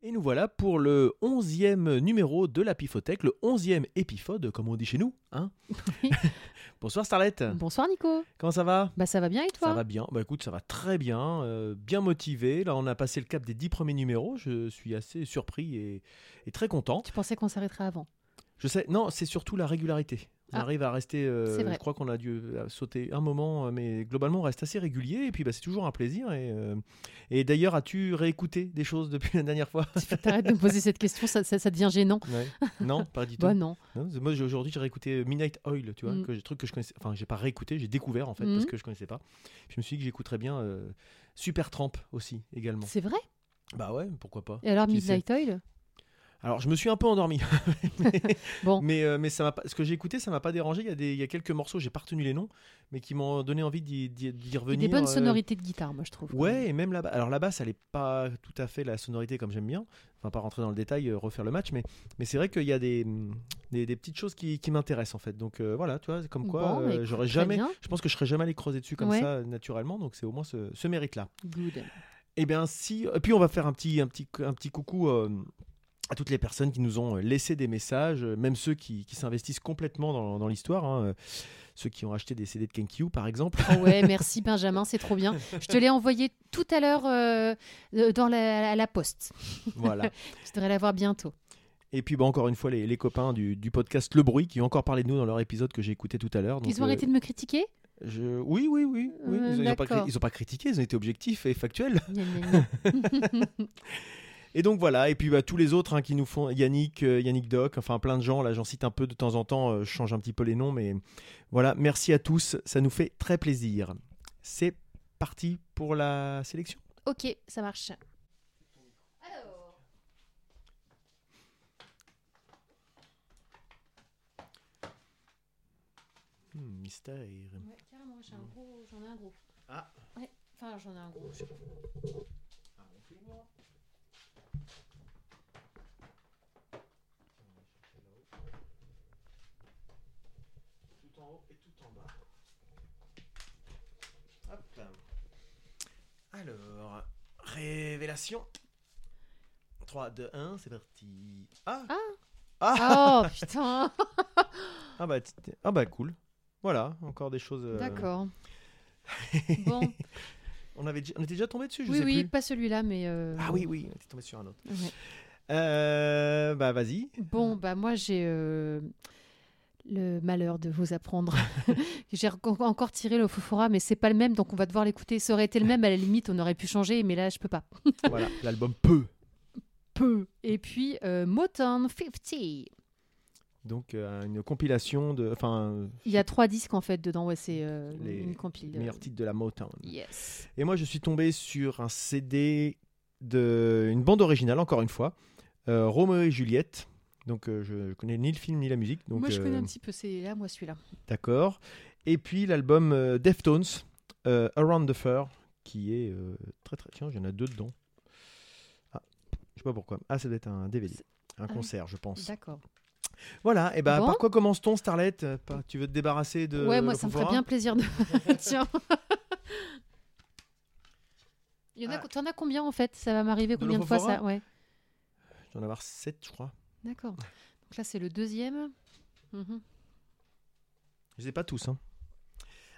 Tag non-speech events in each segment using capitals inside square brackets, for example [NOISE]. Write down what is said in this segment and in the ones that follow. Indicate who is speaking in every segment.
Speaker 1: Et nous voilà pour le 11e numéro de la Pifothèque, le 11e épiphode, comme on dit chez nous. Hein [LAUGHS] Bonsoir Starlette.
Speaker 2: Bonsoir Nico.
Speaker 1: Comment ça va
Speaker 2: Bah ça va bien et toi
Speaker 1: Ça va bien. Bah écoute, ça va très bien. euh, bien motivé. Là, on a passé le cap des 10 premiers numéros. Je suis assez surpris et, et très content.
Speaker 2: Tu pensais qu'on s'arrêterait avant.
Speaker 1: Je sais, non, c'est surtout la régularité. On
Speaker 2: Ah.
Speaker 1: arrive à rester. euh,
Speaker 2: C'est vrai.
Speaker 1: Je crois qu'on a dû euh, sauter un moment, euh, mais globalement, on reste assez régulier. Et puis, bah, c'est toujours un plaisir. Et, euh, et d'ailleurs, as-tu réécouté des choses depuis la dernière
Speaker 2: [LAUGHS]
Speaker 1: fois
Speaker 2: T'arrêtes de me poser cette question, ça, ça- ça devient gênant.
Speaker 1: Ouais. Non, pas du tout.
Speaker 2: Bah non.
Speaker 1: Non, c'est- moi j'ai- aujourd'hui j'ai réécouté euh, Midnight Oil, tu vois,
Speaker 2: Mm.
Speaker 1: que j'ai- truc que je connaissais, enfin j'ai pas réécouté, j'ai découvert en fait parce
Speaker 2: Mhm.
Speaker 1: que je connaissais pas. Je me suis dit que j'écouterais bien euh, Super Tramp aussi également.
Speaker 2: C'est vrai
Speaker 1: Bah ouais, pourquoi pas.
Speaker 2: Et alors
Speaker 1: Qui
Speaker 2: Midnight Oil
Speaker 1: Alors je me suis un peu endormi, [LAUGHS]
Speaker 2: Bon,
Speaker 1: mais euh, mais ça m'a pas, ce que j'ai écouté ça m'a pas dérangé. Il y a des, il y a quelques morceaux, j'ai pas retenu les noms, mais qui m'ont donné envie d'y- d'y d'y
Speaker 2: il y a
Speaker 1: revenir.
Speaker 2: des bonnes
Speaker 1: euh,
Speaker 2: sonorités de guitare, moi je trouve. quand
Speaker 1: Ouais,
Speaker 2: même.
Speaker 1: et même là-bas. Alors là-bas, ça n'est pas tout à fait la sonorité comme j'aime bien. Enfin, pas rentrer dans le détail, euh, refaire le match, mais, mais c'est vrai qu'il y a des, hum, des, des petites choses qui, qui m'intéressent en fait. Donc euh, voilà, tu vois, c'est comme quoi,
Speaker 2: Bon,
Speaker 1: euh,
Speaker 2: bah, écoute,
Speaker 1: j'aurais
Speaker 2: très
Speaker 1: jamais.
Speaker 2: bien.
Speaker 1: Je pense que je serais jamais allé creuser dessus comme
Speaker 2: Ouais.
Speaker 1: ça euh, naturellement, donc c'est au moins ce, ce mérite-là.
Speaker 2: Good.
Speaker 1: Et bien si. Et puis on va faire un petit, un petit, un petit coucou. euh, à toutes les personnes qui nous ont euh, laissé des messages, euh, même ceux qui, qui s'investissent complètement dans, dans l'histoire, hein, euh, ceux qui ont acheté des CD de Kenkyu par exemple. [LAUGHS]
Speaker 2: Oh ouais, merci Benjamin, c'est trop bien. Je te l'ai envoyé tout à l'heure euh, euh, dans la, à la poste.
Speaker 1: Voilà.
Speaker 2: Tu devrais l'avoir bientôt.
Speaker 1: Et puis bah, encore une fois, les, les copains du, du podcast Le Bruit qui ont encore parlé de nous dans leur épisode que j'ai écouté tout à l'heure. donc,
Speaker 2: Ils ont
Speaker 1: euh,
Speaker 2: arrêté de me critiquer
Speaker 1: je- Oui, oui, oui. oui.
Speaker 2: Euh,
Speaker 1: ils n'ont pas,
Speaker 2: d'accord.
Speaker 1: cri- ils ont pas critiqué, ils ont été objectifs et factuels.
Speaker 2: Gna, gna, [LAUGHS] gna.
Speaker 1: Et donc voilà, et puis bah, tous les autres hein, qui nous font, Yannick, euh, Yannick Doc, enfin plein de gens, là j'en cite un peu de temps en temps, euh, je change un petit peu les noms, mais voilà, merci à tous, ça nous fait très plaisir. C'est parti pour la sélection.
Speaker 2: Ok, ça marche.
Speaker 1: Hmm, mystère.
Speaker 2: Ouais, carrément, j'ai un gros- j'en ai un gros.
Speaker 1: Ah.
Speaker 2: Ouais, enfin j'en ai un gros.
Speaker 1: Tout en haut et tout en bas. Hop. Alors, révélation. 3, 2, 1, c'est parti. Ah,
Speaker 2: Ah.
Speaker 1: ah,
Speaker 2: Oh putain
Speaker 1: ah, bah, t- t- ah bah cool. Voilà, encore des choses. euh,
Speaker 2: D'accord. Bon,
Speaker 1: On, avait, déjà- on était déjà tombé dessus, Euh, [LAUGHS] je
Speaker 2: oui,
Speaker 1: sais
Speaker 2: oui,
Speaker 1: plus.
Speaker 2: pas celui-là, mais. euh,
Speaker 1: Ah oui, oui, on était tombé sur un autre.
Speaker 2: ouais.
Speaker 1: Euh, bah vas-y.
Speaker 2: Bon, bah moi j'ai euh, le malheur de
Speaker 1: [LAUGHS]
Speaker 2: vous apprendre. j'ai re- encore tiré le Fofora, mais c'est pas le même, donc on va devoir l'écouter. Ça aurait été le même, à la limite, on aurait pu changer, mais là je peux pas.
Speaker 1: voilà, [LAUGHS] l'album Peu.
Speaker 2: Peu. Et puis euh, Motown 50.
Speaker 1: Donc euh, une compilation de. Enfin, euh,
Speaker 2: Il y a trois disques en fait dedans, ouais, c'est euh,
Speaker 1: Les
Speaker 2: une compile. de-
Speaker 1: meilleur titre de la Motown.
Speaker 2: Yes.
Speaker 1: Et moi, je suis tombé sur un CD de une bande originale, encore une fois, euh, Roméo et Juliette. Donc, euh, je, je connais ni le film ni la musique. Donc,
Speaker 2: moi je connais
Speaker 1: euh,
Speaker 2: un petit peu, c'est là, moi celui-là.
Speaker 1: D'accord. Et puis l'album euh, Deftones, euh, Around the Fur, qui est euh, très très. Tiens, il y en a deux dedans. Ah, je sais pas pourquoi. Ah, ça doit être un DVD.
Speaker 2: C'est-
Speaker 1: Un
Speaker 2: oui.
Speaker 1: concert, je pense.
Speaker 2: D'accord.
Speaker 1: Voilà, et ben
Speaker 2: Bon.
Speaker 1: par quoi commence-t-on, Starlet Par- Tu veux te débarrasser de.
Speaker 2: ouais, moi
Speaker 1: le
Speaker 2: ça me ferait
Speaker 1: Fofora
Speaker 2: bien plaisir
Speaker 1: [LAUGHS]
Speaker 2: de. [LAUGHS] Tiens. Il y en a,
Speaker 1: Ah.
Speaker 2: t'en as combien en fait Ça va m'arriver
Speaker 1: De
Speaker 2: combien de fois
Speaker 1: l'Ophophora
Speaker 2: ça Ouais.
Speaker 1: Je dois en avoir sept, je crois.
Speaker 2: D'accord. Donc là, c'est le deuxième. Mhm.
Speaker 1: Je les ai pas tous. hein.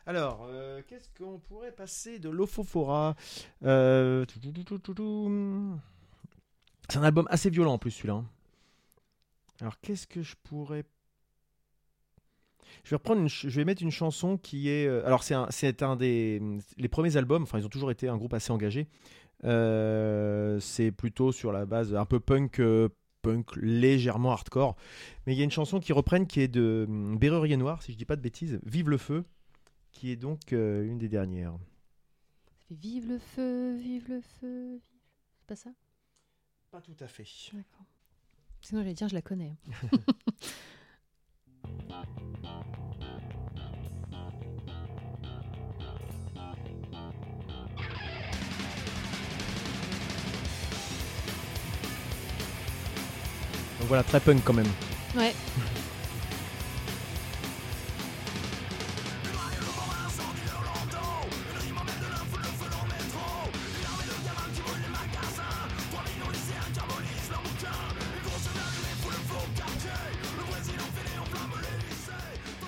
Speaker 1: Alors, euh, qu'est-ce qu'on pourrait passer de l'Ophophora Euh, tout, tout, tout, tout, tout, tout. C'est un album assez violent en plus celui-là. hein. Alors, qu'est-ce que je pourrais... Je vais, reprendre une ch- je vais mettre une chanson qui est... euh, Alors, c'est un, c'est un des... Les premiers albums, enfin, ils ont toujours été un groupe assez engagé. Euh, c'est plutôt sur la base un peu punk, euh, punk légèrement hardcore. Mais il y a une chanson qui reprenne qui est de hum, Berrurier Noir, si je dis pas de bêtises, Vive le feu, qui est donc euh, une des dernières.
Speaker 2: Ça fait vive le feu, vive le feu. vive- C'est pas ça
Speaker 1: Pas tout à fait.
Speaker 2: D'accord. Sinon, j'allais dire, je la connais.
Speaker 1: Donc voilà, très punk quand même.
Speaker 2: Ouais.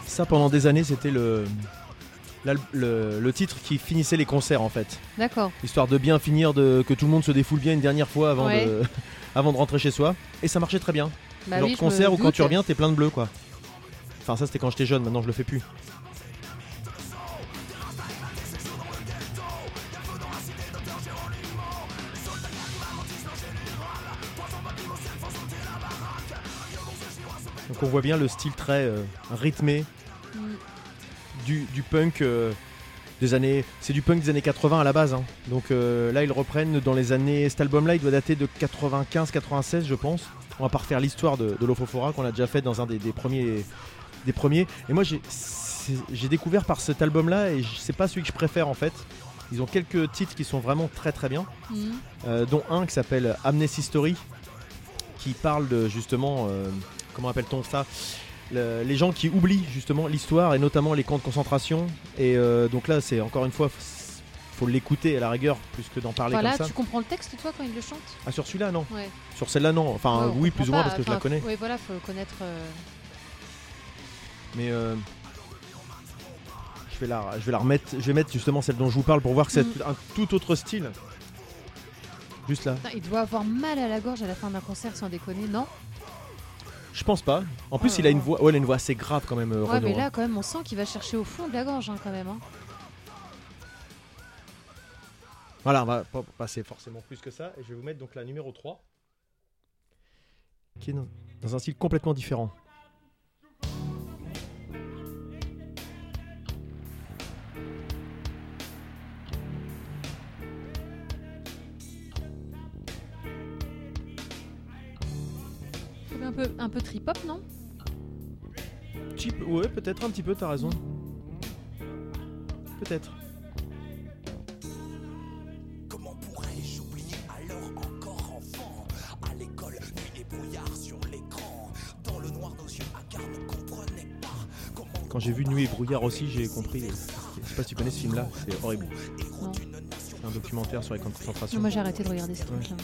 Speaker 1: Ça, pendant des années, c'était le, l'al- le, le titre qui finissait les concerts en fait.
Speaker 2: D'accord.
Speaker 1: Histoire de bien finir, de, que tout le monde se défoule bien une dernière fois avant,
Speaker 2: Ouais.
Speaker 1: de, [LAUGHS] avant de rentrer chez soi. Et ça marchait très bien.
Speaker 2: Bah
Speaker 1: Genre
Speaker 2: oui,
Speaker 1: de
Speaker 2: je me
Speaker 1: concert ou quand
Speaker 2: doute.
Speaker 1: tu reviens, t'es plein de bleu quoi. Enfin, ça c'était quand j'étais jeune, maintenant je le fais plus. Donc on voit bien le style très euh, rythmé
Speaker 2: Mm.
Speaker 1: du, du punk euh, des années. C'est du punk des années 80 à la base. hein. Donc euh, là, ils reprennent dans les années. Cet album-là, il doit dater de 95-96, je pense. On va pas refaire l'histoire de, de l'Ophophora qu'on a déjà fait dans un des, des premiers. Des premiers. Et moi, j'ai c'est- j'ai découvert par cet album-là, et je- c'est pas celui que je préfère en fait. Ils ont quelques titres qui sont vraiment très très bien,
Speaker 2: Mm.
Speaker 1: euh, dont un qui s'appelle Amnesty Story, qui parle de justement. euh, comment appelle-t-on ça Le- les gens qui oublient justement l'histoire et notamment les camps de concentration. Et euh, donc là, c'est encore une fois, f- faut l'écouter à la rigueur plus que d'en parler
Speaker 2: Voilà,
Speaker 1: comme
Speaker 2: tu
Speaker 1: ça.
Speaker 2: comprends le texte toi quand il le chante
Speaker 1: Ah, sur celui-là, non
Speaker 2: Ouais.
Speaker 1: Sur celle-là, non. Enfin,
Speaker 2: Ouais, on
Speaker 1: Ah oui,
Speaker 2: comprend
Speaker 1: plus ou moins
Speaker 2: pas,
Speaker 1: parce que je la
Speaker 2: enfin,
Speaker 1: connais.
Speaker 2: Oui, voilà, faut le connaître. euh,
Speaker 1: Mais euh, je, vais la, je vais la remettre. Je vais mettre justement celle dont je vous parle pour voir que c'est
Speaker 2: Mm.
Speaker 1: un tout autre style. Juste là.
Speaker 2: Putain, il doit avoir mal à la gorge à la fin d'un concert, sans déconner, non
Speaker 1: Je pense pas. En
Speaker 2: Oh
Speaker 1: plus,
Speaker 2: là
Speaker 1: il a
Speaker 2: là.
Speaker 1: une voix. Ouais, il a une voix assez grave quand même. euh,
Speaker 2: Ouais,
Speaker 1: Renaud,
Speaker 2: mais
Speaker 1: hein.
Speaker 2: là, quand même, on sent qu'il va chercher au fond de la gorge, hein, quand même. hein.
Speaker 1: Voilà, on va pas passer forcément plus que ça. Et je vais vous mettre donc la numéro 3. Qui est dans, dans un style complètement différent.
Speaker 2: Un peu, un peu trip-hop, non
Speaker 1: Petit peu- ouais, peut-être un petit peu, t'as raison. Peut-être.
Speaker 3: Comment pourrais-je oublier alors encore enfant À l'école, nuit et brouillard sur l'écran. Dans le noir, nos yeux hagards ne comprenaient pas. Comment
Speaker 1: Quand j'ai vu Nuit et brouillard aussi, j'ai compris. Je sais pas si tu connais ce film-là, c'est horrible.
Speaker 2: Non.
Speaker 1: C'est un documentaire sur les camps de concentration.
Speaker 2: Non, Moi, j'ai arrêté de regarder ce truc-là.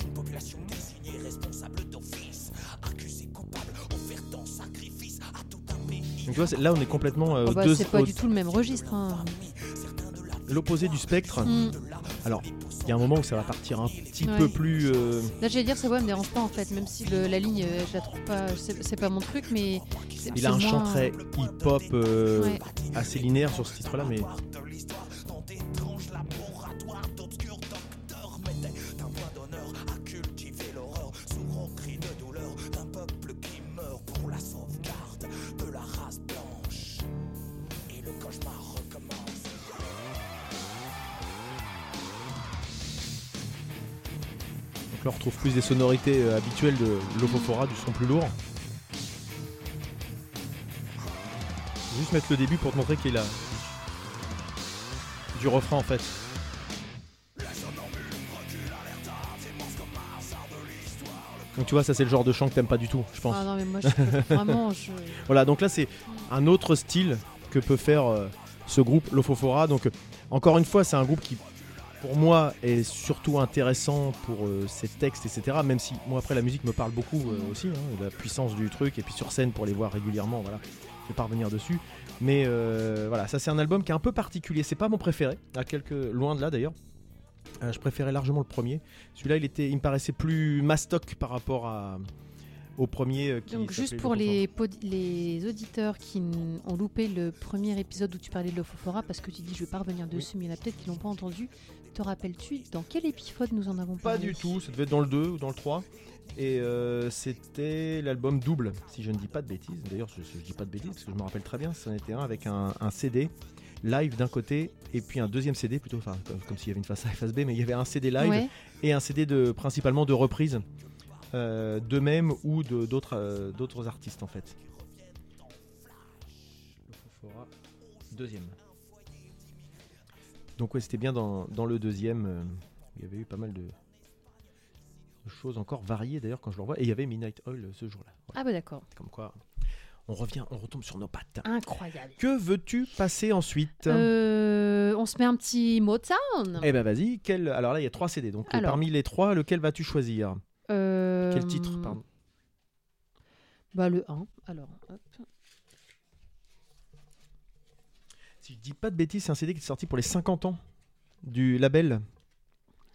Speaker 3: D'une population désignée responsable d'office. Accusée coupable, offerte en sacrifice à tout un pays.
Speaker 1: Donc tu vois, c'est- là on est complètement euh,
Speaker 2: Oh, bah,
Speaker 1: deux-
Speaker 2: c'est pas
Speaker 1: au-
Speaker 2: du tout le même registre. hein.
Speaker 1: l'opposé du spectre.
Speaker 2: Mm.
Speaker 1: Alors, il y a un moment où ça va partir un petit
Speaker 2: Ouais.
Speaker 1: peu plus. euh,
Speaker 2: Là, j'allais dire, ça voix me dérange pas en fait, même si le- la ligne, euh, je la trouve pas, c'est c'est pas mon truc, mais. c'est-
Speaker 1: il a un
Speaker 2: c'est
Speaker 1: chant
Speaker 2: moins- Ah
Speaker 1: très hip-hop, euh,
Speaker 2: Ouais.
Speaker 1: assez linéaire sur ce titre-là, mais
Speaker 3: Dans d'étranges laboratoires d'obscurs docteurs mettaient un point d'honneur à cultiver l'horreur sous un cri de douleur d'un peuple qui meurt pour la sauvegarde de la race blanche. Et le cauchemar recommence.
Speaker 1: Donc là, on retrouve plus des sonorités euh, habituelles de l'Opophora, du son plus lourd. Je vais Juste mettre le début pour te montrer qu'il a du refrain en fait. Donc tu vois, ça c'est le genre de chant que t'aimes pas du tout, je pense.
Speaker 2: Ah non, mais moi,
Speaker 1: [LAUGHS]
Speaker 2: je peux- vraiment, je.
Speaker 1: Voilà, donc là c'est un autre style que peut faire euh, ce groupe Lofofora. Donc euh, encore une fois, c'est un groupe qui pour moi est surtout intéressant pour euh, ses textes, etc. Même si moi après la musique me parle beaucoup euh, aussi, hein, la puissance du truc, et puis sur scène pour les voir régulièrement, voilà. Je vais pas revenir dessus. Mais euh, voilà, ça c'est un album qui est un peu particulier. C'est pas mon préféré, à quelques loin de là d'ailleurs. Euh, je préférais largement le premier. Celui-là, il était, il me paraissait plus mastoc par rapport à, au premier. euh, qui
Speaker 2: Donc, juste
Speaker 1: s'appelait
Speaker 2: pour
Speaker 1: Lofofora.
Speaker 2: les, pod- les auditeurs qui n- ont loupé le premier épisode où tu parlais de l'Ophophora, parce que tu dis, je vais pas revenir dessus, mais il y en a peut-être qui l'ont pas entendu. Te rappelles-tu dans quel épisode nous en avons
Speaker 1: Pas
Speaker 2: parlé
Speaker 1: du tout, ça devait être dans le 2 ou dans le 3. Et euh, c'était l'album double, si je ne dis pas de bêtises. D'ailleurs, je, je dis pas de bêtises parce que je me rappelle très bien, c'en était un avec un, un CD live d'un côté et puis un deuxième CD plutôt, enfin comme, comme s'il y avait une face A et face B, mais il y avait un CD live
Speaker 2: Ouais.
Speaker 1: et un CD de principalement de reprises euh, d'eux-mêmes ou de- d'autres euh, d'autres artistes en fait. Lofofora, Deuxième. Donc ouais, c'était bien dans, dans le deuxième. euh, il y avait eu pas mal de de choses encore variées d'ailleurs quand je le revois. Et il y avait Midnight Oil euh, ce jour-là. Voilà.
Speaker 2: Ah, bah d'accord.
Speaker 1: Comme quoi, on revient, on retombe sur nos pattes.
Speaker 2: Incroyable.
Speaker 1: Que veux-tu passer ensuite
Speaker 2: Euh, on se met un petit Motown.
Speaker 1: Eh ben vas-y. Quel... Alors là, il y a trois CD. Donc euh,
Speaker 2: Alors.
Speaker 1: parmi les trois, lequel vas-tu choisir
Speaker 2: Euh,
Speaker 1: Quel titre pardon
Speaker 2: Bah le 1. Alors, hop.
Speaker 1: Si je dis pas de bêtises, c'est un CD qui est sorti pour les 50 ans du label.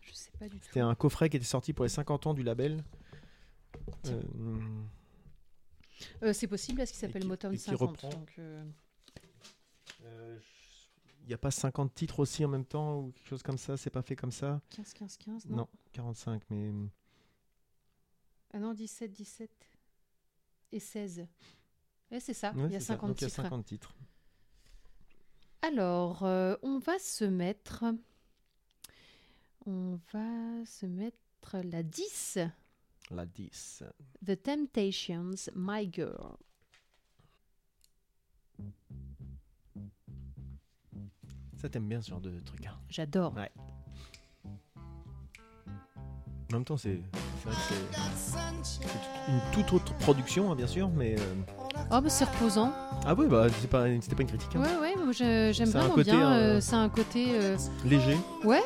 Speaker 2: Je sais pas du tout.
Speaker 1: C'était un coffret qui était sorti pour les 50 ans du label. Euh,
Speaker 2: Euh, c'est possible, parce qu'il
Speaker 1: Et
Speaker 2: s'appelle
Speaker 1: qui-
Speaker 2: Motown
Speaker 1: et qui
Speaker 2: 50.
Speaker 1: reprend.
Speaker 2: donc, euh,
Speaker 1: euh, Il n'y a pas 50 titres aussi en même temps ou quelque chose comme ça, c'est pas fait comme ça
Speaker 2: 15, 15, 15, non,
Speaker 1: Non, 45, mais.
Speaker 2: Ah non, 17, 17 et 16. Ouais, Eh, c'est ça,
Speaker 1: Ouais,
Speaker 2: Ah, il y a
Speaker 1: c'est ça.
Speaker 2: 50
Speaker 1: Donc, il y a
Speaker 2: titres.
Speaker 1: 50 titres.
Speaker 2: Alors, euh, on va se mettre... On va se mettre la 10,
Speaker 1: La 10.
Speaker 2: The Temptations, My Girl.
Speaker 1: Ça, t'aimes bien ce genre de truc. hein.
Speaker 2: J'adore.
Speaker 1: Ouais. En même temps, c'est c'est vrai que c'est- c'est une toute autre production, hein, bien sûr, mais. euh,
Speaker 2: Oh, mais c'est reposant.
Speaker 1: Ah oui, bah, c'est pas- c'était pas, une critique. hein.
Speaker 2: Ouais, ouais, moi, je- j'aime
Speaker 1: C'est un
Speaker 2: vraiment
Speaker 1: côté,
Speaker 2: bien.
Speaker 1: euh,
Speaker 2: euh, c'est un côté... euh,
Speaker 1: Léger.
Speaker 2: Ouais.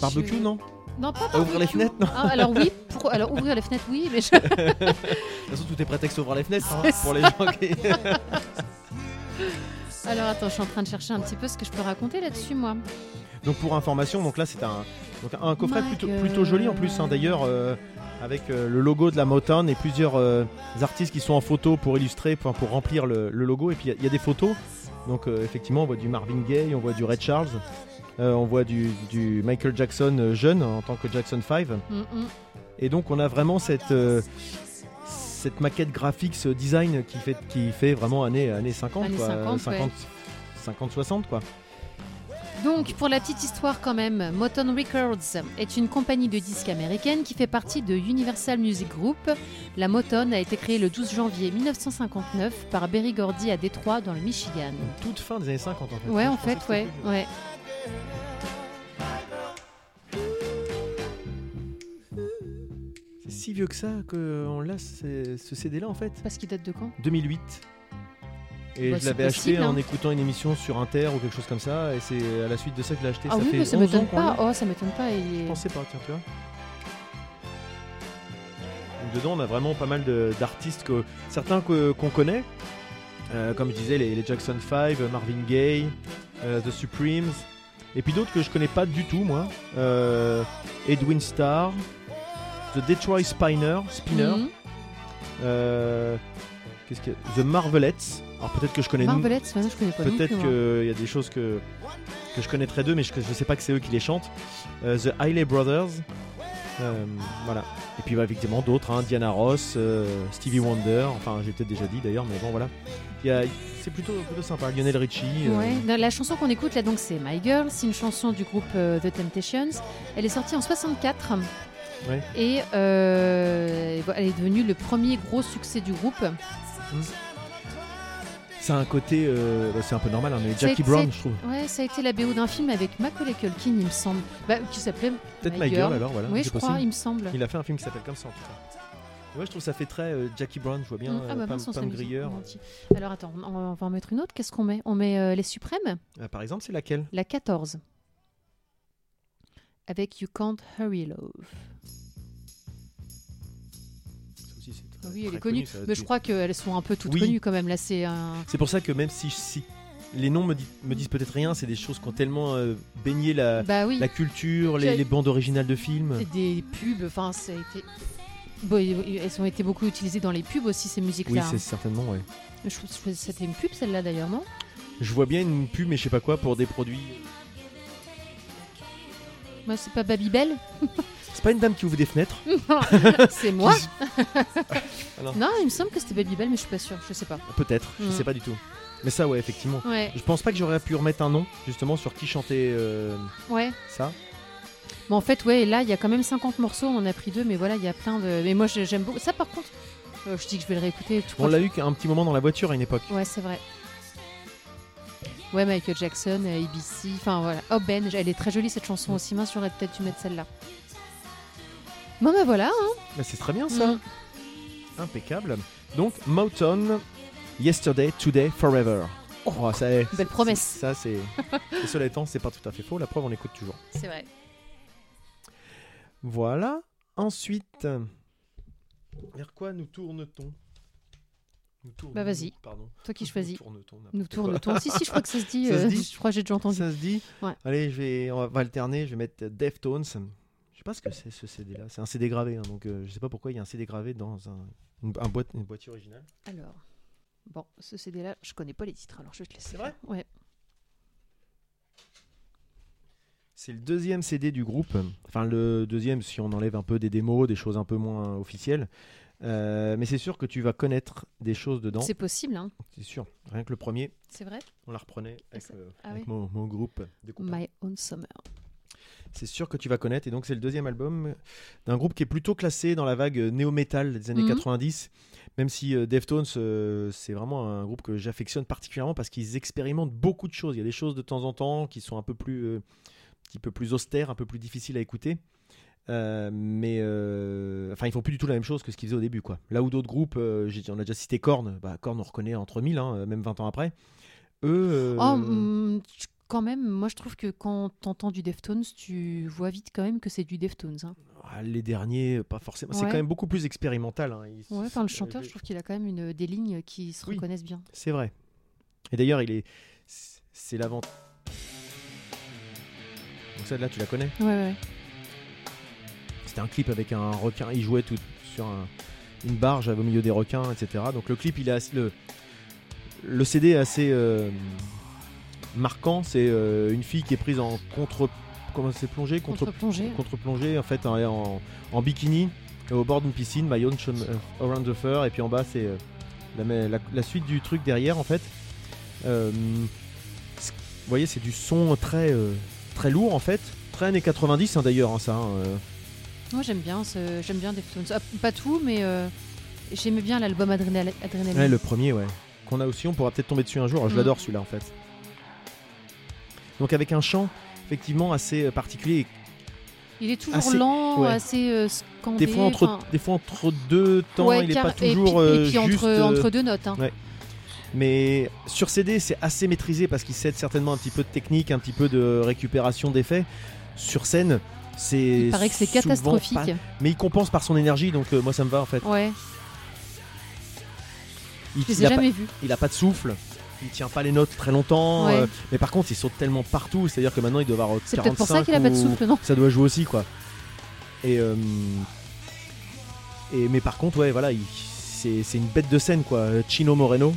Speaker 1: Barbecue,
Speaker 2: Je-
Speaker 1: non
Speaker 2: Non, pas
Speaker 1: Ah, Ouvrir les fenêtres, non
Speaker 2: Ah, alors
Speaker 1: [LAUGHS]
Speaker 2: oui, pour- alors ouvrir les fenêtres, oui, mais je-
Speaker 1: De toute façon, tout est prétexte à ouvrir les fenêtres hein,
Speaker 2: C'est
Speaker 1: pour les gens qui.
Speaker 2: [LAUGHS] alors attends, je suis en train de chercher un petit peu ce que je peux raconter là-dessus, moi.
Speaker 1: Donc pour information, donc là c'est un, donc un coffret
Speaker 2: My
Speaker 1: plutôt,
Speaker 2: God.
Speaker 1: plutôt joli en plus hein, d'ailleurs euh, avec euh, le logo de la Motown et plusieurs euh, artistes qui sont en photo pour illustrer, pour, pour remplir le, le logo et puis il y a- il y, a des photos. Donc euh, effectivement on voit du Marvin Gaye, on voit du Ray Charles, euh, on voit du, du Michael Jackson euh, jeune en tant que Jackson 5
Speaker 2: Mm, mm.
Speaker 1: et donc on a vraiment cette, euh, cette maquette graphique, ce design qui fait, qui fait vraiment années, années 50,
Speaker 2: Années
Speaker 1: quoi,
Speaker 2: 50, ouais.
Speaker 1: 50, 60 quoi.
Speaker 2: Donc, pour la petite histoire quand même, Motown Records est une compagnie de disques américaine qui fait partie de Universal Music Group. La Motown a été créée le 12 janvier 1959 par Berry Gordy à Détroit, dans le Michigan.
Speaker 1: Toute fin des années 50 en fait.
Speaker 2: Ouais,
Speaker 1: Je
Speaker 2: en
Speaker 1: pensais
Speaker 2: fait,
Speaker 1: que c'était
Speaker 2: ouais,
Speaker 1: plus-
Speaker 2: ouais.
Speaker 1: C'est si vieux que ça qu'on l'a ce ce CD-là en fait.
Speaker 2: Parce qu'il date de quand
Speaker 1: 2008. Et
Speaker 2: Bah,
Speaker 1: je
Speaker 2: c'est
Speaker 1: l'avais
Speaker 2: possible,
Speaker 1: acheté en
Speaker 2: hein.
Speaker 1: écoutant une émission sur Inter ou quelque chose comme ça. Et c'est à la suite de ça que je l'ai acheté.
Speaker 2: Ah
Speaker 1: ça
Speaker 2: oui,
Speaker 1: fait
Speaker 2: mais ça
Speaker 1: 11 ans
Speaker 2: m'étonne
Speaker 1: qu'on
Speaker 2: pas.
Speaker 1: l'a.
Speaker 2: Oh, ça m'étonne pas. il est-
Speaker 1: Je pensais pas, tiens, tu vois. Donc dedans, on a vraiment pas mal de- d'artistes que certains que- qu'on connaît. Euh, comme je disais, les, les Jackson 5, euh, Marvin Gaye, euh, The Supremes. Et puis d'autres que je connais pas du tout, moi. Euh, Edwin Starr, The Detroit Spinner, Spinner.
Speaker 2: Mhm.
Speaker 1: Euh, qu'est-ce que The Marvelettes. Alors peut-être que je connais
Speaker 2: Marvelette, ouais, je connais pas. hein. non
Speaker 1: peut-être
Speaker 2: plus, moi.
Speaker 1: qu'il y a des choses que que je connaîtrais d'eux, mais je, je sais pas que c'est eux qui les chantent. Euh, The Hailey Brothers. Euh, voilà. Et puis bah, effectivement d'autres, hein, Diana Ross, euh, Stevie Wonder. Enfin, j'ai peut-être déjà dit d'ailleurs, mais bon voilà. Il y a- c'est plutôt, plutôt sympa. Lionel Richie. euh,
Speaker 2: Ouais, la- la chanson qu'on écoute là donc c'est My Girl, c'est une chanson du groupe euh, The Temptations. Elle est sortie en 64
Speaker 1: Ouais.
Speaker 2: et euh, elle est devenue le premier gros succès du groupe.
Speaker 1: C'est un côté, euh, bah, c'est un peu normal, hein, mais
Speaker 2: C'est-
Speaker 1: Jackie Brown, je trouve.
Speaker 2: Ouais, ça a été la BO d'un film avec Macaulay Culkin, il me semble, Bah, qui s'appelait
Speaker 1: Peut-être My Girl alors, voilà.
Speaker 2: oui,
Speaker 1: c'est
Speaker 2: je
Speaker 1: possible.
Speaker 2: crois, il me semble.
Speaker 1: Il a fait un film qui s'appelle comme ça en tout cas. Et ouais, je trouve ça fait très euh, Jackie Brown, je vois bien
Speaker 2: Mm.
Speaker 1: euh, Pam,
Speaker 2: mince, on
Speaker 1: Pam
Speaker 2: s'amuse,
Speaker 1: Grier.
Speaker 2: on mentit. Alors attends, on, on va en mettre une autre. Qu'est-ce qu'on met On met euh, les Suprêmes,
Speaker 1: Euh, par exemple, c'est laquelle
Speaker 2: la 14, avec You Can't Hurry Love.
Speaker 1: Ça aussi, c'est
Speaker 2: Ah
Speaker 1: très-
Speaker 2: Oui, elle
Speaker 1: très
Speaker 2: est connue,
Speaker 1: ça,
Speaker 2: mais
Speaker 1: tu-
Speaker 2: je crois qu'elles sont un peu toutes
Speaker 1: Euh, Oui.
Speaker 2: connues quand même. Là, c'est un.
Speaker 1: C'est pour ça que même si, si les noms me, di- me disent peut-être rien, c'est des choses qui ont tellement euh, baigné la,
Speaker 2: Bah oui,
Speaker 1: la culture, les,
Speaker 2: J'ai-
Speaker 1: les bandes originales de films.
Speaker 2: c'est des pubs, enfin, ça a été. Bon, et- elles ont été beaucoup utilisées dans les pubs aussi, ces
Speaker 1: Oui,
Speaker 2: musiques-là.
Speaker 1: c'est certainement, ouais.
Speaker 2: Je trouve- je trouve- C'était une pub celle-là d'ailleurs, non
Speaker 1: Je vois bien une pub, mais je sais pas quoi, pour des produits. euh,
Speaker 2: Moi, c'est
Speaker 1: [LAUGHS]
Speaker 2: pas Babybel
Speaker 1: C'est pas une dame qui ouvre des
Speaker 2: [LAUGHS]
Speaker 1: fenêtres
Speaker 2: C'est moi
Speaker 1: Qui-
Speaker 2: [LAUGHS] Non, il me semble que c'était Babybel, mais je suis pas sûre, je sais pas.
Speaker 1: Peut-être, je
Speaker 2: Mm.
Speaker 1: sais pas du tout. Mais ça, ouais, effectivement.
Speaker 2: Ouais,
Speaker 1: Je pense pas que j'aurais pu remettre un nom, justement, sur qui chantait euh,
Speaker 2: ouais.
Speaker 1: ça.
Speaker 2: Mais en fait, ouais, là, il y a quand même 50 morceaux, on en a pris deux, mais voilà, il y a plein de. Mais moi, je- j'aime beaucoup. Ça, par contre, euh, je dis que je vais le réécouter tout
Speaker 1: On l'a eu un petit moment dans la voiture à une époque.
Speaker 2: Ouais, c'est vrai. Ouais, Michael Jackson, euh, ABC, enfin voilà. Oh Ben, elle est très jolie cette chanson aussi. Mince, j'aurais peut-être dû mettre celle-là. Bon, bah voilà. hein.
Speaker 1: Bah, c'est très bien ça.
Speaker 2: Mm.
Speaker 1: Impeccable. Donc, Motown, Yesterday, Today, Forever.
Speaker 2: Oh,
Speaker 1: ça est-
Speaker 2: belle promesse.
Speaker 1: c'est- Ça,
Speaker 2: [LAUGHS]
Speaker 1: c'est. Et cela étant, c'est pas tout à fait faux. La preuve, on l'écoute toujours.
Speaker 2: C'est vrai.
Speaker 1: Voilà. Ensuite, vers quoi nous tourne-t-on Nous tourne.
Speaker 2: Bah, vas-y.
Speaker 1: Pardon.
Speaker 2: Toi qui choisis.
Speaker 1: Nous tourne ton, n'importe
Speaker 2: Nous
Speaker 1: quoi.
Speaker 2: tourne-t-on Si, si, je crois que ça se dit.
Speaker 1: Ça se
Speaker 2: euh,
Speaker 1: dit
Speaker 2: je crois que j'ai déjà entendu.
Speaker 1: Ça se dit.
Speaker 2: Ouais.
Speaker 1: Allez, je vais, on va- va alterner. Je vais mettre Deftones. Je sais pas ce que c'est ce CD là. C'est un CD gravé, hein, donc euh, je sais pas pourquoi il y a un CD gravé dans un, une, un boîte, une boîtier originale.
Speaker 2: Alors, bon, ce CD-là, je connais pas les titres, alors je vais te laisser.
Speaker 1: C'est vrai
Speaker 2: Ouais.
Speaker 1: C'est le deuxième CD du groupe. Enfin, le deuxième, si on enlève un peu des démos, des choses un peu moins officielles. Euh, mais c'est sûr que tu vas connaître des choses dedans.
Speaker 2: C'est possible, hein
Speaker 1: C'est sûr. Rien que le premier,
Speaker 2: C'est vrai
Speaker 1: on la reprenait avec,
Speaker 2: Ça-
Speaker 1: le-
Speaker 2: ah
Speaker 1: avec
Speaker 2: oui.
Speaker 1: mon, mon groupe. de copains.
Speaker 2: My Own Summer.
Speaker 1: C'est sûr que tu vas connaître. Et donc, c'est le deuxième album d'un groupe qui est plutôt classé dans la vague néo-metal des années
Speaker 2: Mhm.
Speaker 1: 90. Même si euh, Deftones, euh, c'est vraiment un groupe que j'affectionne particulièrement parce qu'ils expérimentent beaucoup de choses. Il y a des choses de temps en temps qui sont un peu plus, euh, un petit peu plus austères, un peu plus difficiles à écouter. Euh, mais euh, enfin, ils font plus du tout la même chose que ce qu'ils faisaient au début, quoi. Là où d'autres groupes, euh, j'ai- on a déjà cité Korn, bah, Korn on reconnaît entre mille, hein, euh, même 20 ans après. Eux, euh,
Speaker 2: Oh, hum, tu- quand même, moi je trouve que quand t'entends du Deftones, tu vois vite quand même que c'est du Deftones. hein.
Speaker 1: Ah, Les derniers, pas forcément. C'est
Speaker 2: Ouais.
Speaker 1: quand même beaucoup plus expérimental. hein. Ils-
Speaker 2: Ouais, enfin, le chanteur,
Speaker 1: euh,
Speaker 2: je trouve qu'il a quand même une, des lignes qui se
Speaker 1: Oui.
Speaker 2: reconnaissent bien.
Speaker 1: C'est vrai. Et d'ailleurs, il est. C'est l'avant. Donc celle-là, tu la connais.
Speaker 2: Ouais, ouais.
Speaker 1: C'était un clip avec un requin. Il jouait tout sur un- une barge euh, au milieu des requins, etc. Donc le clip, il est assez- le le CD est assez euh, marquant. C'est euh, une fille qui est prise en contre. Comment c'est plongée contre
Speaker 2: Contre-plongée.
Speaker 1: contre-plongée en fait en, en, en bikini euh, au bord d'une piscine, My Own Chum- euh, Around the Fur et puis en bas c'est euh, la, mais- la- la suite du truc derrière en fait. Euh, c- vous voyez c'est du son très euh, très lourd en fait, très années 90 hein, d'ailleurs hein, ça. hein, euh.
Speaker 2: Moi j'aime bien, ce- j'aime bien Deftones. Ah, pas tout, mais euh, j'aimais bien l'album Adrénal- Adrénaline.
Speaker 1: Ouais, le premier ouais. Qu'on a aussi, on pourra peut-être tomber dessus un jour. Je
Speaker 2: Mm.
Speaker 1: l'adore celui-là en fait. Donc avec un chant effectivement assez euh, particulier et
Speaker 2: Il est toujours
Speaker 1: assez-
Speaker 2: lent,
Speaker 1: ouais.
Speaker 2: assez euh, scandé.
Speaker 1: des fois entre
Speaker 2: enfin,
Speaker 1: des fois entre deux temps
Speaker 2: ouais,
Speaker 1: il est
Speaker 2: car-
Speaker 1: pas
Speaker 2: et puis-
Speaker 1: toujours
Speaker 2: et
Speaker 1: euh,
Speaker 2: puis entre,
Speaker 1: juste euh,
Speaker 2: entre deux notes. hein.
Speaker 1: ouais. Mais sur CD, c'est assez maîtrisé parce qu'il cède certainement un petit peu de technique, un petit peu de récupération d'effets. Sur scène, c'est.
Speaker 2: Il paraît que c'est
Speaker 1: souvent
Speaker 2: catastrophique.
Speaker 1: pas- Mais il compense par son énergie, donc euh, moi ça me va en fait.
Speaker 2: Ouais,
Speaker 1: Il,
Speaker 2: je les ai
Speaker 1: il a, pas,
Speaker 2: jamais vus.
Speaker 1: il a pas de souffle, il tient pas les notes très longtemps.
Speaker 2: Ouais.
Speaker 1: euh, mais par contre, il saute tellement partout, c'est-à-dire que maintenant il doit avoir. euh,
Speaker 2: C'est peut-être pour
Speaker 1: 45
Speaker 2: ça qu'il a pas de
Speaker 1: ou-
Speaker 2: souffle, non
Speaker 1: ça doit jouer aussi quoi. Et, euh, et mais par contre ouais voilà il- c'est c'est une bête de scène quoi euh, Chino Moreno.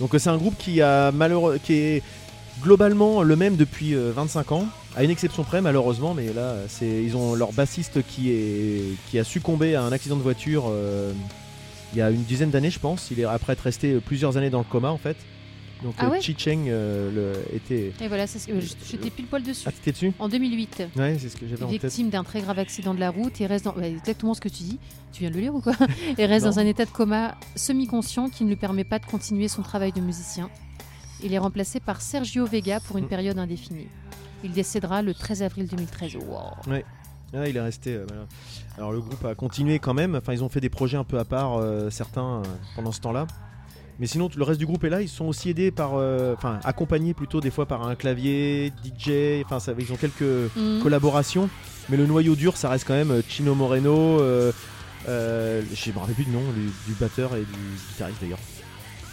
Speaker 1: Donc euh, c'est un groupe qui a malheureux qui est globalement le même depuis euh, 25 ans à une exception près malheureusement mais là euh, c'est ils ont leur bassiste qui est qui a succombé à un accident de voiture euh, il y a une dizaine d'années je pense il est après être resté euh, plusieurs années dans le coma en fait donc
Speaker 2: Ah
Speaker 1: euh,
Speaker 2: ouais
Speaker 1: Chi Cheng euh, le- était
Speaker 2: Et voilà, c'est ce que- euh, j'étais pile poil dessus.
Speaker 1: ah t'étais dessus
Speaker 2: En 2008,
Speaker 1: ouais c'est ce que j'avais en tête
Speaker 2: victime d'un très grave accident de la route, il reste dans... ouais, exactement ce que tu dis. Tu viens de le lire ou quoi [LAUGHS] Il reste
Speaker 1: Non.
Speaker 2: dans un état de coma semi-conscient qui ne lui permet pas de continuer son travail de musicien. Il est remplacé par Sergio Vega pour une
Speaker 1: Mm.
Speaker 2: période indéfinie. Il décédera le 13 avril 2013. Wow.
Speaker 1: Ah, il est resté. euh, voilà. Alors le groupe a continué quand même. Enfin, ils ont fait des projets un peu à part, euh, certains euh, pendant ce temps-là. Mais sinon, tout le reste du groupe est là. Ils sont aussi aidés par, euh, enfin, accompagnés plutôt des fois par un clavier, DJ. Enfin, ça- ils ont quelques
Speaker 2: Mm.
Speaker 1: collaborations. Mais le noyau dur, ça reste quand même euh, Chino Moreno. euh, euh, je me rappelle plus du nom du, du batteur et du guitariste d'ailleurs.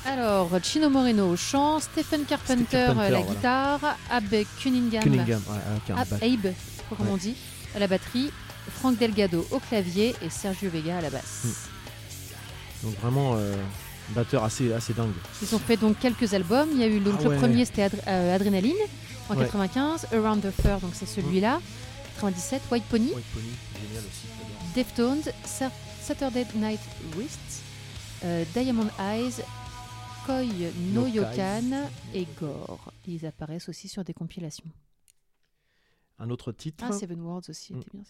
Speaker 2: Alors, Chino Moreno au chant, Stephen Carpenter,
Speaker 1: Carpenter,
Speaker 2: à la
Speaker 1: voilà.
Speaker 2: guitare, Abe Cunningham,
Speaker 1: Cunningham, ouais, avec un
Speaker 2: Ab-
Speaker 1: bac-
Speaker 2: Abe, je sais pas comment on dit, à la batterie, Frank Delgado au clavier et Sergio Vega à la
Speaker 1: Mm.
Speaker 2: basse.
Speaker 1: donc vraiment euh, batteur assez assez dingue.
Speaker 2: Ils ont fait donc quelques albums. Il y a eu donc
Speaker 1: Ah
Speaker 2: le
Speaker 1: ouais.
Speaker 2: premier, c'était Adr- euh, Adrénaline en
Speaker 1: Ouais.
Speaker 2: 95, Around the Fur, donc c'est celui-là, 97, White Pony,
Speaker 1: White Pony, génial aussi. j'adore.
Speaker 2: Deftones, Sa- Saturday Night Wrist, euh, Diamond Eyes, Koi no
Speaker 1: No
Speaker 2: Yokan
Speaker 1: Kais.
Speaker 2: et Gore. Ils apparaissent aussi sur des compilations.
Speaker 1: Un autre titre.
Speaker 2: Ah, Seven Words aussi,
Speaker 1: Mm.
Speaker 2: était bien.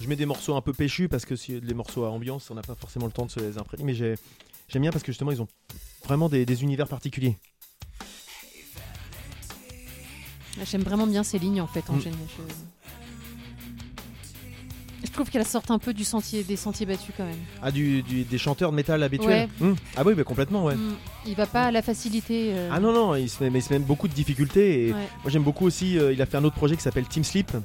Speaker 1: Je mets des morceaux un peu péchus parce que si les morceaux à ambiance, on n'a pas forcément le temps de se les imprégner. Mais j'ai- j'aime bien parce que justement, ils ont vraiment des, des univers particuliers.
Speaker 2: Ah, J'aime vraiment bien ces lignes en fait. En
Speaker 1: Mm.
Speaker 2: général. Je... je trouve qu'elles sortent un peu du sentier, des sentiers battus quand même.
Speaker 1: Ah, du, du- des chanteurs de métal habituels Hmm. Ah oui, bah complètement, ouais.
Speaker 2: Mm. Il va pas à la facilité. euh,
Speaker 1: Ah non, non, il se met, mais il se met beaucoup de difficultés. Et
Speaker 2: ouais.
Speaker 1: Moi, j'aime beaucoup aussi, euh, il a fait un autre projet qui s'appelle Team Sleep.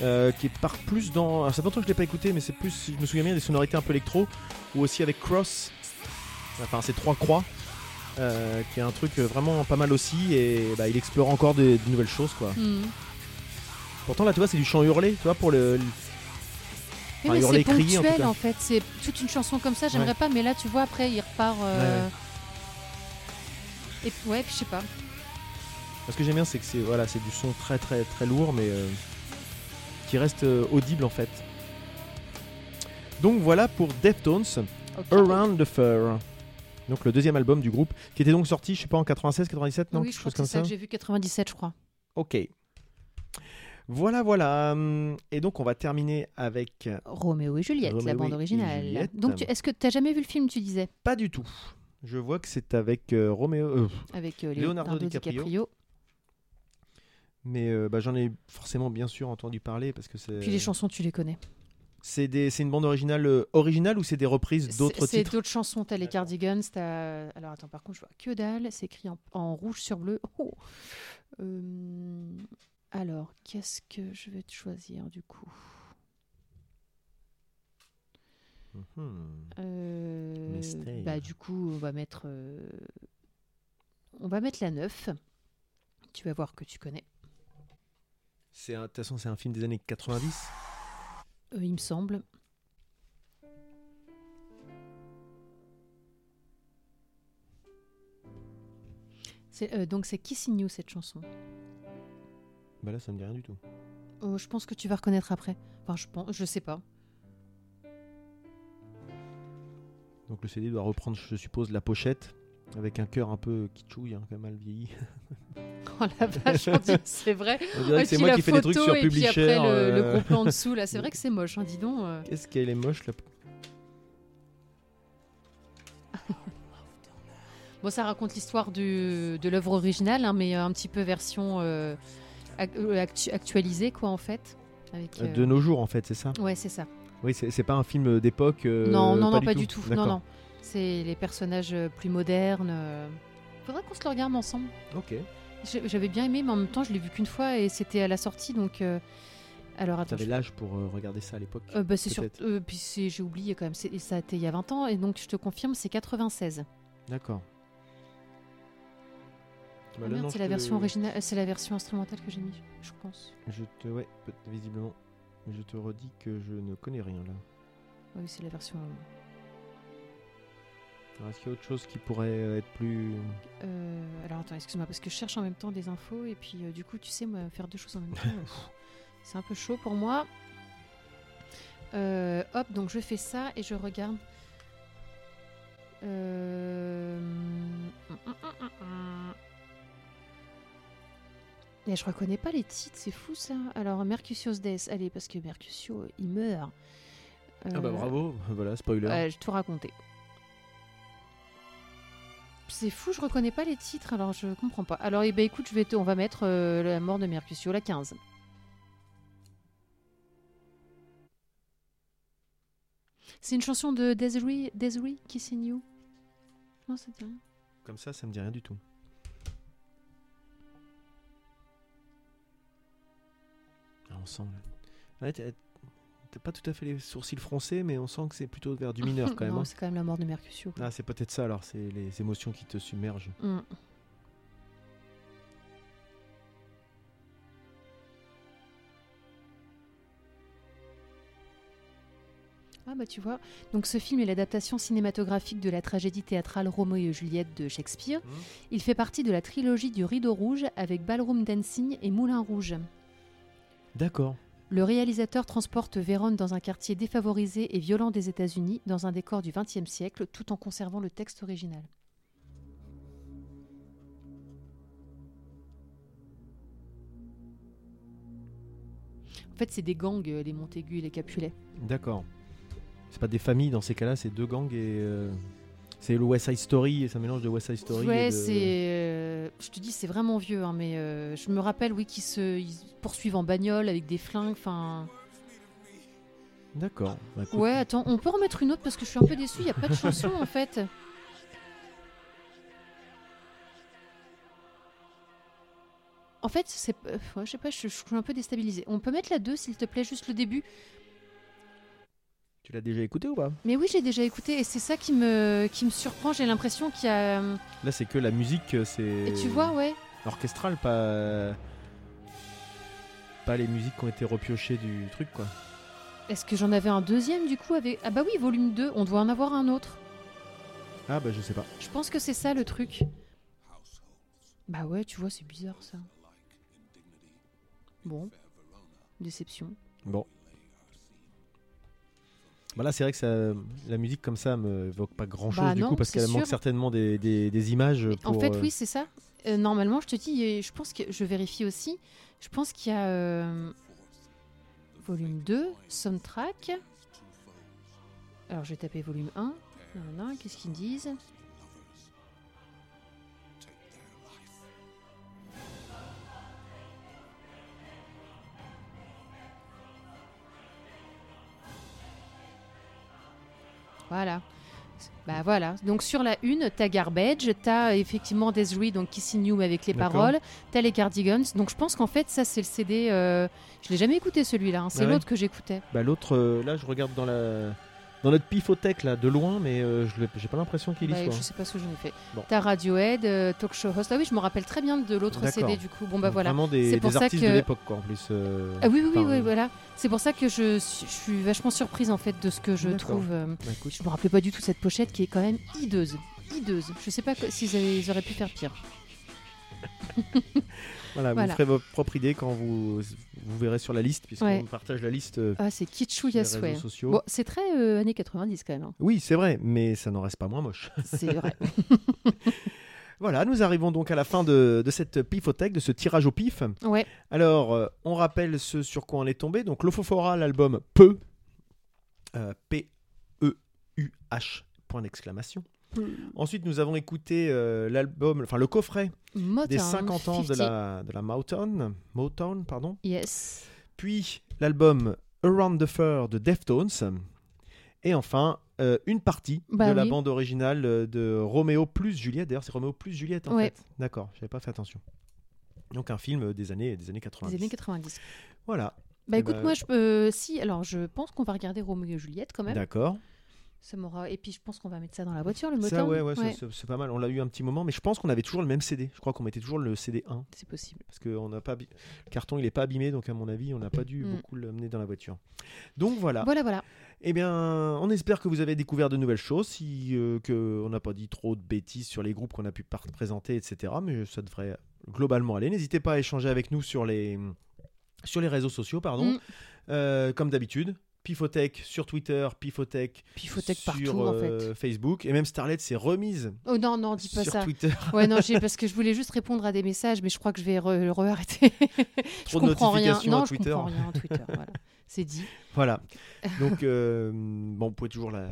Speaker 1: euh, qui part plus dans. Alors, ça fait longtemps que je l'ai pas écouté, mais c'est plus, si je me souviens bien, des sonorités un peu électro, ou aussi avec Cross, enfin ces trois croix, euh, qui est un truc euh, vraiment pas mal aussi, et bah, il explore encore des, des nouvelles choses quoi.
Speaker 2: Hmm.
Speaker 1: Pourtant là, tu vois, c'est du chant hurlé, tu vois, pour le. le-
Speaker 2: Oui,
Speaker 1: Enfin,
Speaker 2: mais
Speaker 1: hurler,
Speaker 2: c'est
Speaker 1: crier, en tout
Speaker 2: ponctuel
Speaker 1: cas.
Speaker 2: en, fait. C'est toute une chanson comme ça, j'aimerais pas, mais là tu vois, après il repart. euh, Et ouais, puis je sais pas.
Speaker 1: Ce que j'aime bien, c'est que c'est voilà, c'est du son très très très lourd, mais euh, qui reste euh, audible en fait. Donc voilà pour Deftones,
Speaker 2: Ok.
Speaker 1: Around the Fur. Donc le deuxième album du groupe, qui était donc sorti, je sais pas, en 96, 97, non
Speaker 2: oui,
Speaker 1: quelque
Speaker 2: je crois
Speaker 1: chose
Speaker 2: que c'est
Speaker 1: comme
Speaker 2: ça que j'ai vu 97, je crois.
Speaker 1: Ok. Voilà, voilà. Hum, Et donc on va terminer avec euh,
Speaker 2: Roméo et Juliette, la
Speaker 1: Roméo
Speaker 2: bande
Speaker 1: et
Speaker 2: originale.
Speaker 1: Juliette.
Speaker 2: Donc tu- est-ce que t'as jamais vu le film, tu disais,
Speaker 1: pas du tout. Je vois que c'est avec euh, Roméo. euh,
Speaker 2: avec euh,
Speaker 1: Leonardo
Speaker 2: Leonardo,
Speaker 1: DiCaprio.
Speaker 2: DiCaprio,
Speaker 1: mais euh, bah, j'en ai forcément bien sûr entendu parler parce que c'est.
Speaker 2: Puis les chansons, tu les connais.
Speaker 1: C'est des- c'est une bande originale euh, originale ou c'est des reprises d'autres
Speaker 2: C'est- C'est
Speaker 1: titres
Speaker 2: d'autres chansons. T'as les Cardigans, t'as. Alors attends, par contre, je vois que dalle. C'est écrit en, en rouge sur bleu. Oh. Euh, Alors, qu'est-ce que je vais te choisir du coup
Speaker 1: Mhm.
Speaker 2: Euh,
Speaker 1: Mystère.
Speaker 2: bah, du coup, on va mettre, euh, on va mettre la 9. Tu vas voir que tu connais.
Speaker 1: C'est un- De toute façon, c'est un film des années 90.
Speaker 2: Euh, il me semble. C'est, euh, donc c'est Kissing You cette chanson.
Speaker 1: Bah là, ça me dit rien du tout.
Speaker 2: Oh, je pense que tu vas reconnaître après. Enfin, je pense, je sais pas. [LAUGHS]
Speaker 1: Donc le CD doit reprendre, je suppose, la pochette avec un cœur un peu kitschouille, hein, quand même mal vieilli. [LAUGHS]
Speaker 2: Oh la vache, on dit, c'est vrai.
Speaker 1: On dirait
Speaker 2: Et
Speaker 1: que c'est
Speaker 2: puis
Speaker 1: moi
Speaker 2: la
Speaker 1: qui fais des
Speaker 2: photo
Speaker 1: trucs sur
Speaker 2: et puis
Speaker 1: Publisher.
Speaker 2: après le, le
Speaker 1: euh,
Speaker 2: gros plan en dessous
Speaker 1: [LAUGHS]
Speaker 2: là, c'est vrai que c'est moche. Hein, dis donc. euh.
Speaker 1: Qu'est-ce qu'elle est moche la.
Speaker 2: Bon, ça raconte l'histoire du- de l'œuvre originale, hein, mais euh, un petit peu version euh, ac- euh, actu- actualisée, quoi, en fait. Avec, euh,
Speaker 1: De nos jours, en fait, c'est ça
Speaker 2: Ouais, c'est ça.
Speaker 1: Oui, c'est c'est pas un film d'époque. euh,
Speaker 2: non, non, non, pas du tout. Non,
Speaker 1: D'accord.
Speaker 2: non. C'est les personnages euh, plus modernes. euh. Faudrait qu'on se le regarde ensemble.
Speaker 1: Ok.
Speaker 2: J'ai- J'avais bien aimé, mais en même temps, je l'ai vu qu'une fois et c'était à la sortie, donc. euh, Alors, attends.
Speaker 1: T'avais
Speaker 2: je-
Speaker 1: l'âge pour euh, regarder ça à l'époque.
Speaker 2: Euh, bah, c'est sur...
Speaker 1: peut-être.
Speaker 2: euh, puis c'est- j'ai oublié quand même. C'est- Ça a été il y a 20 ans, et donc je te confirme, c'est 96.
Speaker 1: D'accord. Bah, là,
Speaker 2: Ah merde,
Speaker 1: non,
Speaker 2: c'est
Speaker 1: je
Speaker 2: la
Speaker 1: te-
Speaker 2: version originale, euh, c'est la version instrumentale que j'ai mise, je pense.
Speaker 1: Je te, ouais, peut- visiblement. Je te redis que je ne connais rien là.
Speaker 2: Oui, c'est la version. euh,
Speaker 1: Alors, Est-ce qu'il y a autre chose qui pourrait euh, être plus.
Speaker 2: Euh, alors attends, excuse-moi, parce que je cherche en même temps des infos et puis euh, du coup, tu sais, moi, faire deux choses en même temps, euh,
Speaker 1: [LAUGHS]
Speaker 2: pff, c'est un peu chaud pour moi. Euh, hop, donc je fais ça et je regarde. Euh, Et je reconnais pas les titres, c'est fou ça. Alors Mercutius Death, allez, parce que Mercutio, il meurt.
Speaker 1: Ah bah
Speaker 2: Euh,
Speaker 1: bravo, [LAUGHS] voilà, spoiler.
Speaker 2: Ouais, j'ai tout raconté. C'est fou, je reconnais pas les titres, alors je comprends pas. Alors, eh ben, écoute, je vais te- on va mettre euh, la mort de Mercutio, la 15. C'est une chanson de Desiree, Desiree Kissing You Non, c'est rien.
Speaker 1: Comme ça, ça me dit rien du tout. Ah, on sent. là. Ouais, t'as t'as pas tout à fait les sourcils froncés, mais on sent que c'est plutôt vers du
Speaker 2: [LAUGHS]
Speaker 1: mineur quand même.
Speaker 2: Non,
Speaker 1: hein.
Speaker 2: c'est quand même la mort de Mercutio. quoi.
Speaker 1: Ah, c'est peut-être ça alors, c'est les émotions qui te submergent.
Speaker 2: Mm. Ah bah tu vois, donc ce film est l'adaptation cinématographique de la tragédie théâtrale Roméo et Juliette de Shakespeare.
Speaker 1: Mhm.
Speaker 2: Il fait partie de la trilogie du Rideau Rouge avec Ballroom Dancing et Moulin Rouge.
Speaker 1: D'accord.
Speaker 2: Le réalisateur transporte Vérone dans un quartier défavorisé et violent des États-Unis, dans un décor du XXe siècle, tout en conservant le texte original. En fait, c'est des gangs, euh, les Montaigu et les Capulet.
Speaker 1: D'accord. C'est pas des familles dans ces cas-là, c'est deux gangs et. euh, C'est le West Side Story, et ça mélange de West Side Story. et
Speaker 2: ouais,
Speaker 1: de-
Speaker 2: c'est. euh, je te dis, c'est vraiment vieux, hein, mais euh, je me rappelle, oui, qu'ils se ils se poursuivent en bagnole avec des flingues. Enfin.
Speaker 1: D'accord. Bah, écoute,
Speaker 2: Ouais, attends, on peut remettre une autre parce que je suis un peu déçue, il n'y a pas de chanson en fait. En fait, c'est. euh, ouais, je sais pas, je, je suis un peu déstabilisée. On peut mettre la 2, s'il te plaît, juste le début.
Speaker 1: Tu l'as déjà écouté ou pas
Speaker 2: Mais oui, j'ai déjà écouté et c'est ça qui me, qui me surprend. J'ai l'impression qu'il y a. euh,
Speaker 1: Là, c'est que la musique, euh, c'est.
Speaker 2: Et tu vois, ouais.
Speaker 1: Orchestrale, pas. Pas les musiques qui ont été repiochées du truc, quoi.
Speaker 2: Est-ce que j'en avais un deuxième du coup avec... Ah bah oui, volume 2, on doit en avoir un autre.
Speaker 1: Ah, bah, je sais pas.
Speaker 2: Je pense que c'est ça le truc. Bah ouais, tu vois, c'est bizarre ça. Bon. Déception.
Speaker 1: Bon. Bah là, c'est vrai que ça, la musique comme ça me évoque pas grand chose
Speaker 2: Bah
Speaker 1: du
Speaker 2: non,
Speaker 1: coup, parce
Speaker 2: c'est
Speaker 1: qu'elle manque
Speaker 2: sûr.
Speaker 1: certainement des, des- des images. Pour,
Speaker 2: en fait,
Speaker 1: euh,
Speaker 2: oui, c'est ça. Euh, normalement, je te dis, euh, je pense que je vérifie aussi. Je pense qu'il y a euh, volume 2, soundtrack. Alors, je vais taper volume 1. Non, non, qu'est-ce qu'ils disent Voilà. Bah voilà. Donc sur la une, t'as Garbage, t'as euh, effectivement Desiree, donc Kissing You mais avec les
Speaker 1: D'accord.
Speaker 2: paroles, t'as les Cardigans. Donc je pense qu'en fait, ça c'est le CD. euh, Je l'ai jamais écouté celui-là. hein. C'est
Speaker 1: Ah ouais
Speaker 2: l'autre que j'écoutais.
Speaker 1: Bah, l'autre, euh, là, je regarde dans la. Dans notre pifothèque là, de loin, mais euh, je l'ai- j'ai pas l'impression qu'il y
Speaker 2: Bah,
Speaker 1: soit.
Speaker 2: je sais pas ce que j'en ai fait.
Speaker 1: Bon.
Speaker 2: T'as Radiohead, euh, Talk Show Host. Ah oui, je me rappelle très bien de l'autre
Speaker 1: D'accord.
Speaker 2: CD du coup. Bon bah
Speaker 1: Donc,
Speaker 2: voilà.
Speaker 1: Vraiment des,
Speaker 2: C'est pour
Speaker 1: des
Speaker 2: ça
Speaker 1: artistes
Speaker 2: que-
Speaker 1: de l'époque, quoi, en plus. euh,
Speaker 2: Ah oui, oui, oui,
Speaker 1: enfin,
Speaker 2: oui,
Speaker 1: euh,
Speaker 2: voilà. C'est pour ça que je, suis- je suis vachement surprise en fait de ce que je
Speaker 1: D'accord.
Speaker 2: trouve. euh,
Speaker 1: bah, écoute,
Speaker 2: Je me rappelais pas du tout de cette pochette qui est quand même hideuse. Hideuse. Je sais pas que- s'ils avaient- ils auraient pu faire pire.
Speaker 1: Voilà,
Speaker 2: Voilà.
Speaker 1: vous ferez votre propre idée quand vous, vous verrez sur la liste, puisqu'on
Speaker 2: Ouais.
Speaker 1: partage la liste euh,
Speaker 2: Ah, c'est Kitschu
Speaker 1: sur les
Speaker 2: Yasue.
Speaker 1: réseaux sociaux.
Speaker 2: Bon, c'est très euh, années 90 quand même. hein.
Speaker 1: Oui, c'est vrai, mais ça n'en reste pas moins moche. [LAUGHS]
Speaker 2: C'est vrai.
Speaker 1: Voilà, nous arrivons donc à la fin de, de cette pifothèque, de ce tirage au pif.
Speaker 2: Ouais.
Speaker 1: Alors, euh, on rappelle ce sur quoi on est tombé. Donc, Lofofora, l'album Peu, euh, P-E-U-H, point d'exclamation. Ensuite, nous avons écouté euh, l'album, enfin le coffret
Speaker 2: Motown.
Speaker 1: des 50 ans de
Speaker 2: 50.
Speaker 1: la, de la Motown, Motown, pardon.
Speaker 2: Yes.
Speaker 1: puis l'album Around the Fur de Deftones, et enfin euh, une partie
Speaker 2: Bah
Speaker 1: de la
Speaker 2: oui.
Speaker 1: bande originale euh, de Roméo plus Juliette. D'ailleurs, c'est Roméo plus Juliette en
Speaker 2: Ouais.
Speaker 1: fait. D'accord, j'avais pas fait attention. Donc un film euh, des années des années 90.
Speaker 2: Des années 90.
Speaker 1: Voilà,
Speaker 2: Bah
Speaker 1: Eh
Speaker 2: écoute,
Speaker 1: ben-
Speaker 2: moi je peux. si, alors je pense qu'on va regarder Roméo et Juliette quand même.
Speaker 1: d'accord.
Speaker 2: Ça m'aura. Et puis je pense qu'on va mettre ça dans la voiture, le moteur.
Speaker 1: Ça ouais, ouais, ça, c'est- c'est pas mal. On l'a eu un petit moment, mais je pense qu'on avait toujours le même CD. Je crois qu'on mettait toujours le CD 1
Speaker 2: C'est possible.
Speaker 1: parce que on n'a pas abi- le carton, il est pas abîmé, donc à mon avis, on n'a pas dû
Speaker 2: Mm.
Speaker 1: beaucoup l'amener dans la voiture. Donc voilà.
Speaker 2: Voilà, voilà.
Speaker 1: Eh bien, on espère que vous avez découvert de nouvelles choses, si euh, que on n'a pas dit trop de bêtises sur les groupes qu'on a pu par- présenter, etc. Mais ça devrait globalement aller. N'hésitez pas à échanger avec nous sur les sur les réseaux sociaux, pardon.
Speaker 2: Mm.
Speaker 1: Euh, comme d'habitude, Pifotech sur Twitter, Pifotech,
Speaker 2: Pifotech
Speaker 1: sur
Speaker 2: partout en fait.
Speaker 1: euh, Facebook, et même Starlet s'est remise
Speaker 2: Oh non, non, dis pas
Speaker 1: sur
Speaker 2: ça.
Speaker 1: Twitter. [LAUGHS]
Speaker 2: Ouais, non, j'ai- parce que je voulais juste répondre à des messages, mais je crois que je vais re, re- arrêter. [LAUGHS] je
Speaker 1: Trop de
Speaker 2: comprends rien.
Speaker 1: notifications
Speaker 2: Non,
Speaker 1: à
Speaker 2: je
Speaker 1: Twitter.
Speaker 2: comprends rien à Twitter. voilà. C'est dit. [LAUGHS]
Speaker 1: Voilà. Donc euh, bon, vous pouvez toujours la.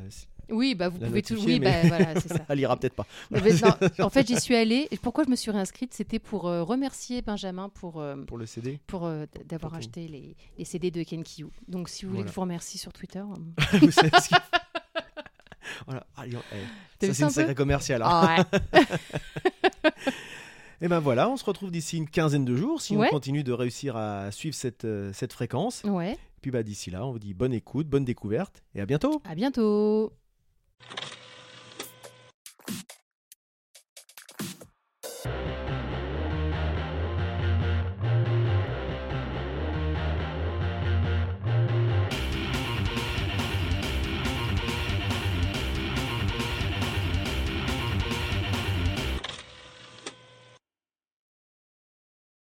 Speaker 2: Oui, bah vous
Speaker 1: La
Speaker 2: pouvez tout.
Speaker 1: notifier,
Speaker 2: Oui,
Speaker 1: mais-
Speaker 2: bah voilà, c'est ça.
Speaker 1: [LAUGHS] Elle ira peut-être pas.
Speaker 2: Mais Eh ben, non, en fait, j'y suis allée. Et pourquoi je me suis réinscrite C'était pour euh, remercier Benjamin pour. euh,
Speaker 1: [LAUGHS] Pour le CD.
Speaker 2: pour euh, d- d'avoir
Speaker 1: Pour tout.
Speaker 2: acheté les, les CD de Ken Kiyou. Donc, si vous voulez
Speaker 1: Voilà.
Speaker 2: que je vous remercie sur Twitter. euh,
Speaker 1: [LAUGHS] Vous savez ce qu'il faut. Voilà. Allez, on- eh, Ça,
Speaker 2: T'as
Speaker 1: c'est
Speaker 2: vu
Speaker 1: une
Speaker 2: ça un peu
Speaker 1: sacrée commerciale. hein.
Speaker 2: Ah ouais.
Speaker 1: Et ben voilà, on se retrouve d'ici une quinzaine de jours si
Speaker 2: Ouais.
Speaker 1: on continue de réussir à suivre cette, euh, cette fréquence.
Speaker 2: [LAUGHS] Ouais,
Speaker 1: Puis bah, d'ici là, on vous dit bonne écoute, bonne découverte et à bientôt.
Speaker 2: à bientôt.